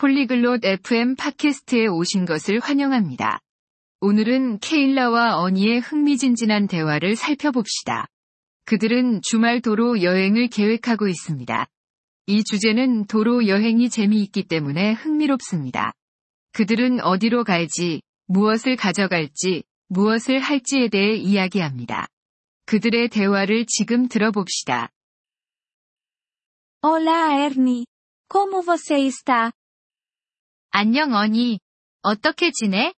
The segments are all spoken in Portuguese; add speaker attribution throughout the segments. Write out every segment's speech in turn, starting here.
Speaker 1: 폴리글롯 FM 팟캐스트에 오신 것을 환영합니다. 오늘은 케일라와 어니의 흥미진진한 대화를 살펴봅시다. 그들은 주말 도로 여행을 계획하고 있습니다. 이 주제는 도로 여행이 재미있기 때문에 흥미롭습니다. 그들은 어디로 갈지, 무엇을 가져갈지, 무엇을 할지에 대해 이야기합니다. 그들의 대화를 지금 들어봅시다.
Speaker 2: Olá, Ernie. Como você está?
Speaker 1: 안녕 어니. 어떻게 지내?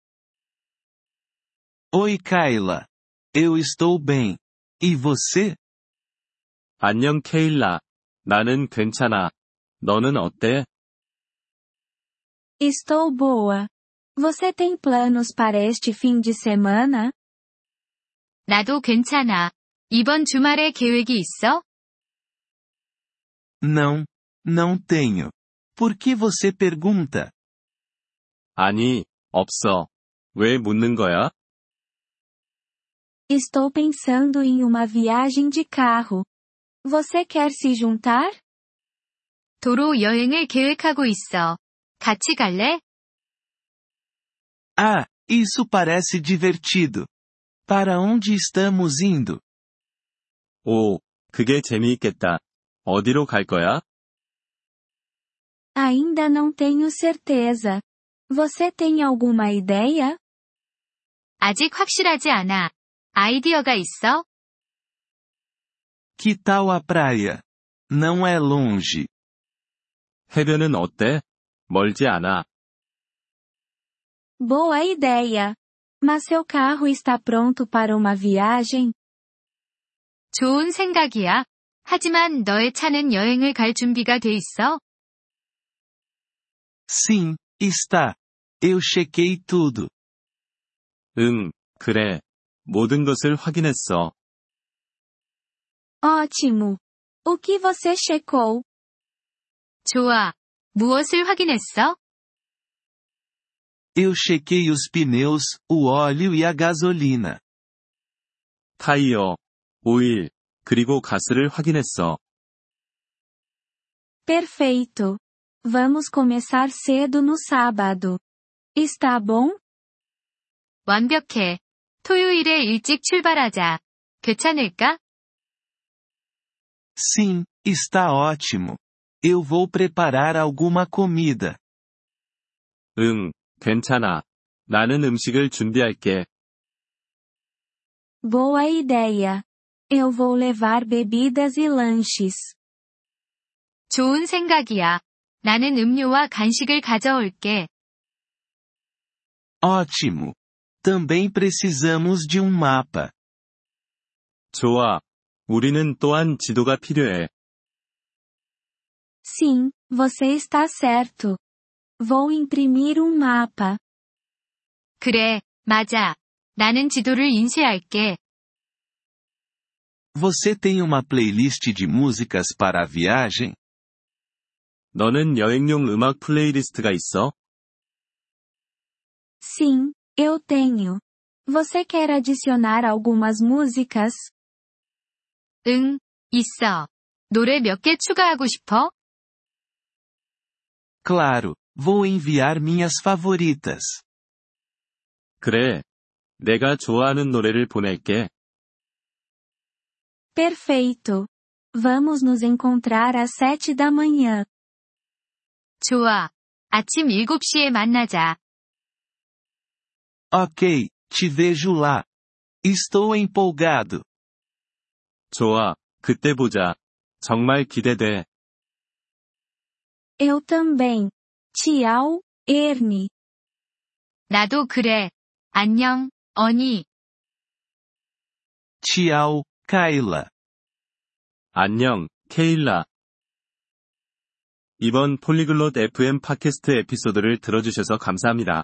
Speaker 3: Oi, Kayla. Eu estou bem. E você? 안녕, 케일라. 나는 괜찮아. 너는 어때?
Speaker 2: Estou boa. Você tem planos para este fim de semana?
Speaker 1: 나도 괜찮아. 이번 주말에 계획이 있어?
Speaker 3: Não, não tenho. Por que você pergunta? 아니, 없어. 왜 묻는 거야?
Speaker 2: Estou pensando em uma viagem de carro. Você quer se juntar?
Speaker 1: 도로 여행을 계획하고 있어. 같이 갈래?
Speaker 3: Ah, isso parece divertido. Para onde estamos indo? 오, 그게 재미있겠다. 어디로 갈 거야?
Speaker 2: Ainda não tenho certeza. Você tem alguma ideia?
Speaker 1: 아직 확실하지 않아. 아이디어가 있어?
Speaker 3: Que tal a praia? Não é longe. 해변은 어때? 멀지 않아.
Speaker 2: Boa ideia. Mas seu carro está pronto para uma viagem?
Speaker 1: 좋은 생각이야. 하지만 너의 차는 여행을 갈 준비가 돼 있어?
Speaker 3: Sim, está. Eu chequei tudo. 응, 그래. 모든 것을 확인했어.
Speaker 2: Ótimo. O que você checou?
Speaker 1: 좋아. 무엇을 확인했어?
Speaker 3: Eu chequei os pneus, o óleo e a gasolina. 타이어, 오일, 그리고 가스를 확인했어.
Speaker 2: Perfeito. Vamos começar cedo no sábado. Está bom?
Speaker 1: 완벽해. 토요일에 일찍 출발하자. 괜찮을까?
Speaker 3: Sim, está ótimo. Eu vou preparar alguma comida. 응, 괜찮아. 나는 음식을 준비할게.
Speaker 2: Boa ideia. Eu vou levar bebidas e lanches.
Speaker 1: 좋은 생각이야. 나는 음료와 간식을 가져올게.
Speaker 3: Ótimo. Também precisamos de um mapa. 좋아. 우리는 또한 지도가 필요해.
Speaker 2: Sim, você está certo. Vou imprimir um mapa.
Speaker 1: 그래, 맞아. 나는 지도를 인쇄할게.
Speaker 3: Você tem uma playlist de músicas para a viagem? 너는 여행용 음악 플레이리스트가 있어?
Speaker 2: Sim, eu tenho. Você quer adicionar algumas músicas?
Speaker 1: 응, 있어. 노래 몇 개 추가하고 싶어?
Speaker 3: Claro, vou enviar minhas favoritas. 그래. 내가 좋아하는 노래를 보낼게.
Speaker 2: Perfeito. Vamos nos encontrar às sete da manhã.
Speaker 1: 좋아. 아침 7시에 만나자.
Speaker 3: Ok, te vejo lá. Estou empolgado. 좋아, 그때 보자. 정말 기대돼.
Speaker 2: Eu também. Tchau, Ernie.
Speaker 1: 나도 그래. 안녕, 어니.
Speaker 3: Tchau, Kayla. 안녕, 케일라. 이번 폴리글롯 FM 팟캐스트 에피소드를 들어주셔서 감사합니다.